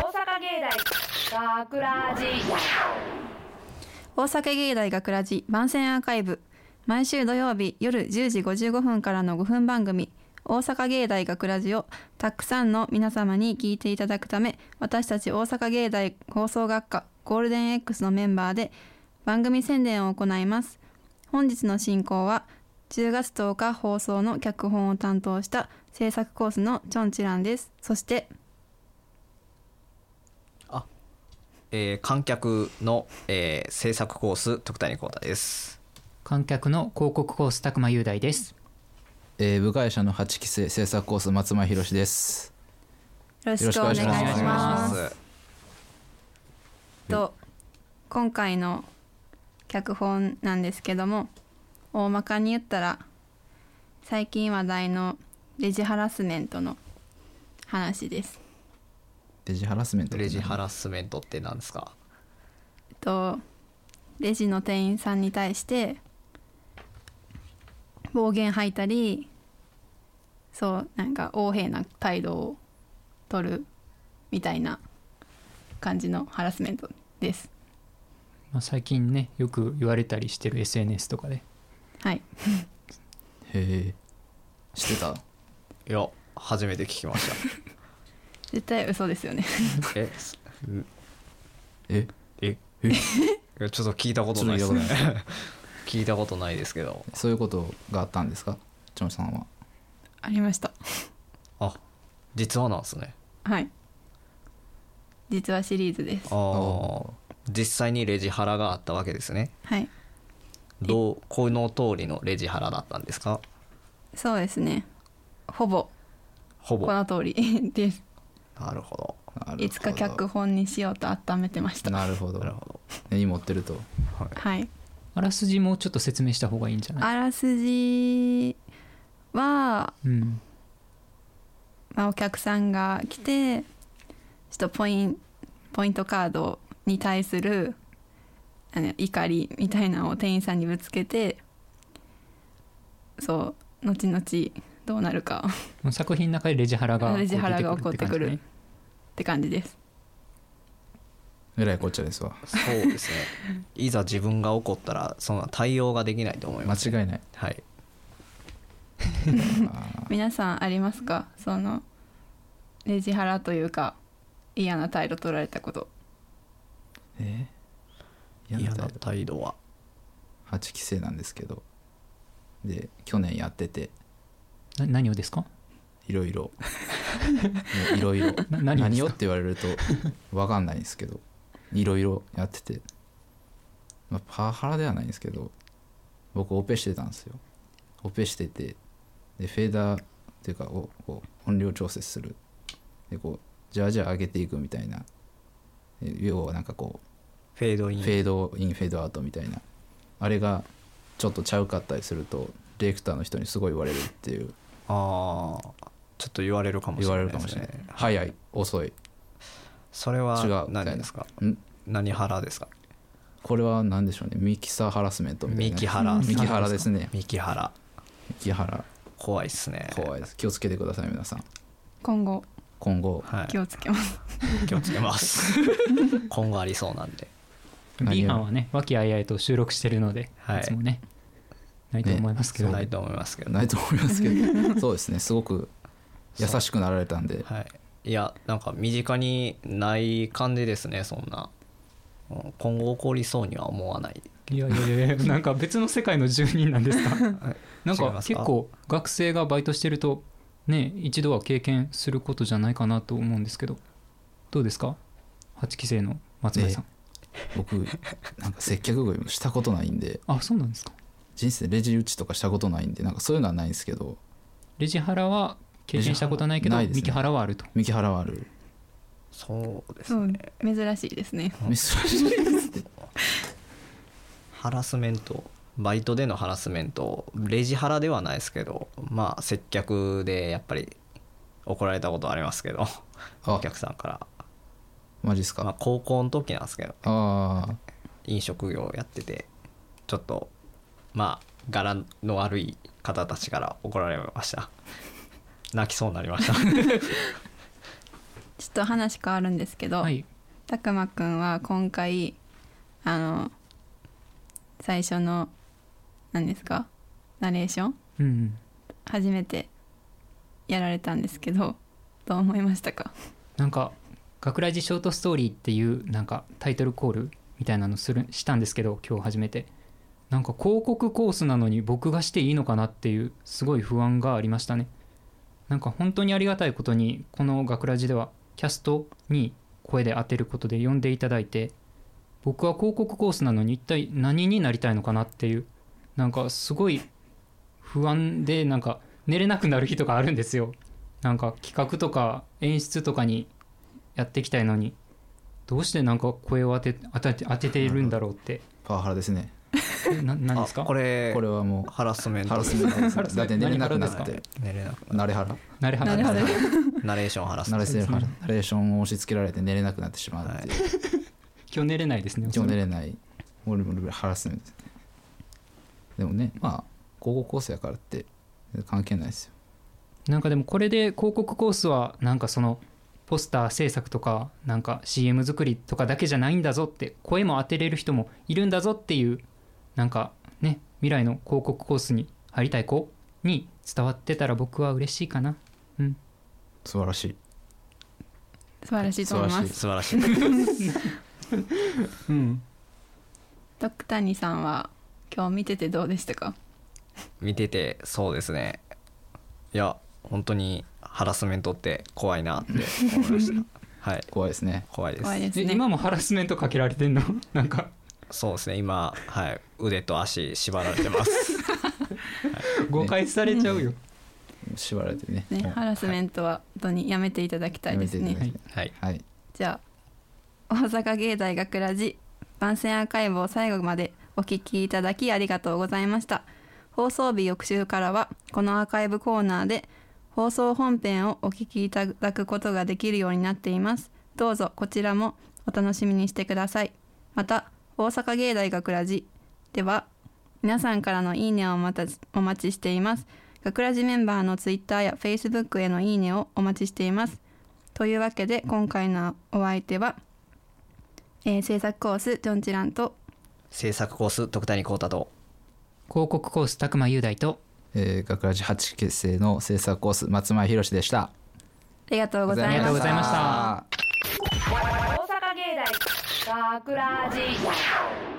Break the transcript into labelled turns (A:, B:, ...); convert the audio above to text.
A: 大学ラジ
B: 大阪芸大学ラジ番宣アーカイブ毎週土曜日夜10時55分からの5分番組「大阪芸大学ラジをたくさんの皆様に聞いていただくため私たち大阪芸大放送学科ゴールデン X のメンバーで番組宣伝を行います本日の進行は10月10日放送の脚本を担当した制作コースのチョンチランですそして
C: えー観客の、えー制作コース徳谷幸太です
D: 観客の広告コース拓磨雄大です
E: えー部外者の8期生制作コース松間博です
B: よろしくお願いし
E: よろしくお願いし
B: ま。
E: ます
B: と今回の脚本なんですけども大まかに言ったら最近話題のレジハラスメントの話です。
E: レジハラスメント
C: レジハラスメントって何ですか
B: えっとレジの店員さんに対して暴言吐いたりそうなんか横柄な態度を取るみたいな感じのハラスメントです。
D: まあ、最近ねよく言われたりしてる SNS とかで
B: はい
E: へえ知ってた
C: いや初めて聞きまし
B: 絶対嘘ですよね
C: たえ
E: え
C: え
E: え
C: いやちょっと聞いたことないですね 聞いたことないですけど
E: そういうことがあったんですかチョンさんは
B: ありました
C: あ実はなんですね
B: はい実はシリーズです
C: あー実際にレジハラがあったわけですね
B: はい
C: どうこの通りのレジハラだったんですか
B: そうですねほぼ
C: ほぼ
B: この
C: な
B: 通り です
C: るほど
E: なるほど
B: いつか脚本にしようと温めてました
E: なるほど
C: なるほど
E: 根に持ってると
B: はい
D: あらすじもちょっと説明した方がいいんじゃない
B: あらすじは、
D: うん
B: まあ、お客さんが来てちょっとポインポイントカードに対するあの怒りみたいなのを店員さんにぶつけてそう後々どうなるかをっ
D: もう作品の中でレジハラが
B: レジハラが起こってくる
D: 起こって
B: て感じです
E: えらいこっちゃですわ
C: そうですねいざ自分が怒ったらそんな対応ができないと思い
E: 間
C: ます
E: 違いない
C: はい
B: 皆さんありますかそのレジハラというか嫌な態度取られたこと
E: え
C: 嫌
E: ー、嫌だ
C: な態度は
E: 8期生なんですけどで去年やってて
D: くるねな何をですか
E: いろ いろもういろいろ
D: な何を
E: 何を
D: で
E: っ
D: す
E: て言われると分かんないんですけどいろいろやってて、まあ、パワハラではないんですけど僕オペしてたんですよオペしててでフェーダーっていうかをこう音量調節するでこうじゃあじゃあ上げていくみたいなで要はなんかこ
C: フェードイ
E: う
C: ン
E: フェードインフェードアウトみたいなあれがちょっとちゃうかったりするとディレクターの人にすごい言われるっていう
C: ああちょっと言われるかもし
E: 言
C: れ
E: わ
C: ない
E: れる
C: で
E: か
C: す
E: も
C: ね
E: しれない早い遅い
C: それ
E: 違
C: は
E: う
C: 何ですか
E: ん
C: 何腹ですか
E: これは何でしょうねミキサーハラスメントみたい
C: ミ
E: な
C: キハラ
E: ミキハラですね
C: ミキハラ
E: ミキハラ
C: 怖いっすね
E: 怖いです気をつけてください皆さん
B: 今後
E: 今後
C: は
B: 気をつけます、
C: い気をつけます 今後ありそうなんで
E: 何を
D: B 班はね和気あいあいと収録してるので、
C: はい
D: い、つもねないと思いますけど、
C: ないと思いますけど
E: ないと思いますけ どそうですねすごく優しくなられたんで
C: はいいやなんか身近にない感じですねそんなうん今後起こりそうには思わない
D: いやいやいやいやなんか別の世界の住人な んですかなん
C: 違い
D: か
C: ますか
D: 結構学生がバイトしてるとね一度は経験することじゃないかなと思うんですけどどうですか8期生の松林さん、
E: 僕なんか接客業したことないんで
D: あそうなんですか
E: 人生レジ打ちとかしたことないんでなんかそういうのはないんですけど
D: レジハラは経験したことはないけど
E: レジハラないですね
D: ミキハラはあると
E: ミキハラはある
C: そうです
B: そう珍しいですね
E: 珍しい
C: ハラスメントバイトでのハラスメントレジハラではないですけどまあ接客でやっぱり怒られたことありますけど
E: あ
C: お客さんから
E: マジです
C: まあ
E: か
C: 高校の時なんですけど
E: ああ
C: 飲食業やっててちょっとまあ柄の悪い方たちから怒られました 泣きそうになりました
B: ちょっと話変わるんですけど、
D: はい
B: たくまくんは今回あの最初の何ですかナレーション
D: うん
B: 初めてやられたんですけどどう思いましたか
D: なんか「学ラジショートストーリー」っていうなんかタイトルコールみたいなのするしたんですけど今日初めてなんか広告コースなのに僕がしていいのかなっていうすごい不安がありましたねなんか本当にありがたいことにこの「学ラジではキャストに声で当てることで呼んでいただいて僕は広告コースなのに一体何になりたいのかなっていうなんかすごい不安でなんか寝れなくなる日とかあるんですよなんか企画とか演出とかにやっていきたいのにどうしてなんか声を当て当て当てているんだろうって
E: パワハラですね
D: えな何ですか
C: あこれ
E: これはも
C: ハラスメ
E: う
C: ン
E: ハ
C: ト
E: ラ
C: で
E: ス
C: す
E: メン
D: ハ
E: トですね
D: ラスメン
E: だっ
D: ト
E: て寝れなくな
D: 何ハラ
E: っ
D: で
E: て
C: 寝れなくな
E: 慣れハラ
D: なれは
B: なるほど
C: ナレーションハラス
E: 慣
C: メン
E: れ
C: ト
E: せるハラナレーションを押し付けられて寝れなくなってしまうっていう
D: 今日寝れないですね
E: 一応寝れない俺もハラスメントですねでもねまあ高校構成やからって関係ないですよ
D: なんかでもこれで広告コースはなんかそのポスター制作とかなんか CM 作りとかだけじゃないんだぞって声も当てれる人もいるんだぞっていうなんかね未来の広告コースに入りたい子に伝わってたら僕は嬉しいかなうん
E: 素晴らしい
B: 素晴らしいと思い
E: 素晴
B: ま
E: らしい
B: す
C: 素晴らしい
D: うん
B: ドクタニさんは今日見ててどうでしたか
C: 見ててそうですねいや本当にハラスメントって怖いなって思いましたはい
E: 怖いですね
C: 怖いです
B: 怖いです
D: え
B: ね
D: 今もハラスメントかけられてんの なんか
C: そうですね今、はい、腕と足縛られてます
D: 誤解されちゃうよ、
E: 縛られてね
B: ね
E: もう
B: ハラスメントは本当にやめていただきたいです
E: やめ
B: ね
E: ていただき
C: はい
E: たいはい
B: じゃあ大阪芸大学ラジ番宣アーカイブを最後までお聞きいただきありがとうございました放送日翌週からはこのアーカイブコーナーで放送本編をお聞きいただくことができるようになっていますどうぞこちらもお楽しみにしてくださいまた大阪芸大学ラジでは皆さんからのいいねをまたお待ちしています学ラジメンバーのツイッターやフェイスブックへのいいねをお待ちしていますというわけで今回のお相手は、えー制作コースジョンチランと
C: 制作コース徳谷幸太と
D: 広告コース拓磨雄大と
E: えー、学ラジ8結成の制作コース松前宏でした
B: ありがとうございま
D: あ
B: した
D: りがとうございまし
A: 大
D: た
A: 阪芸大学ラジ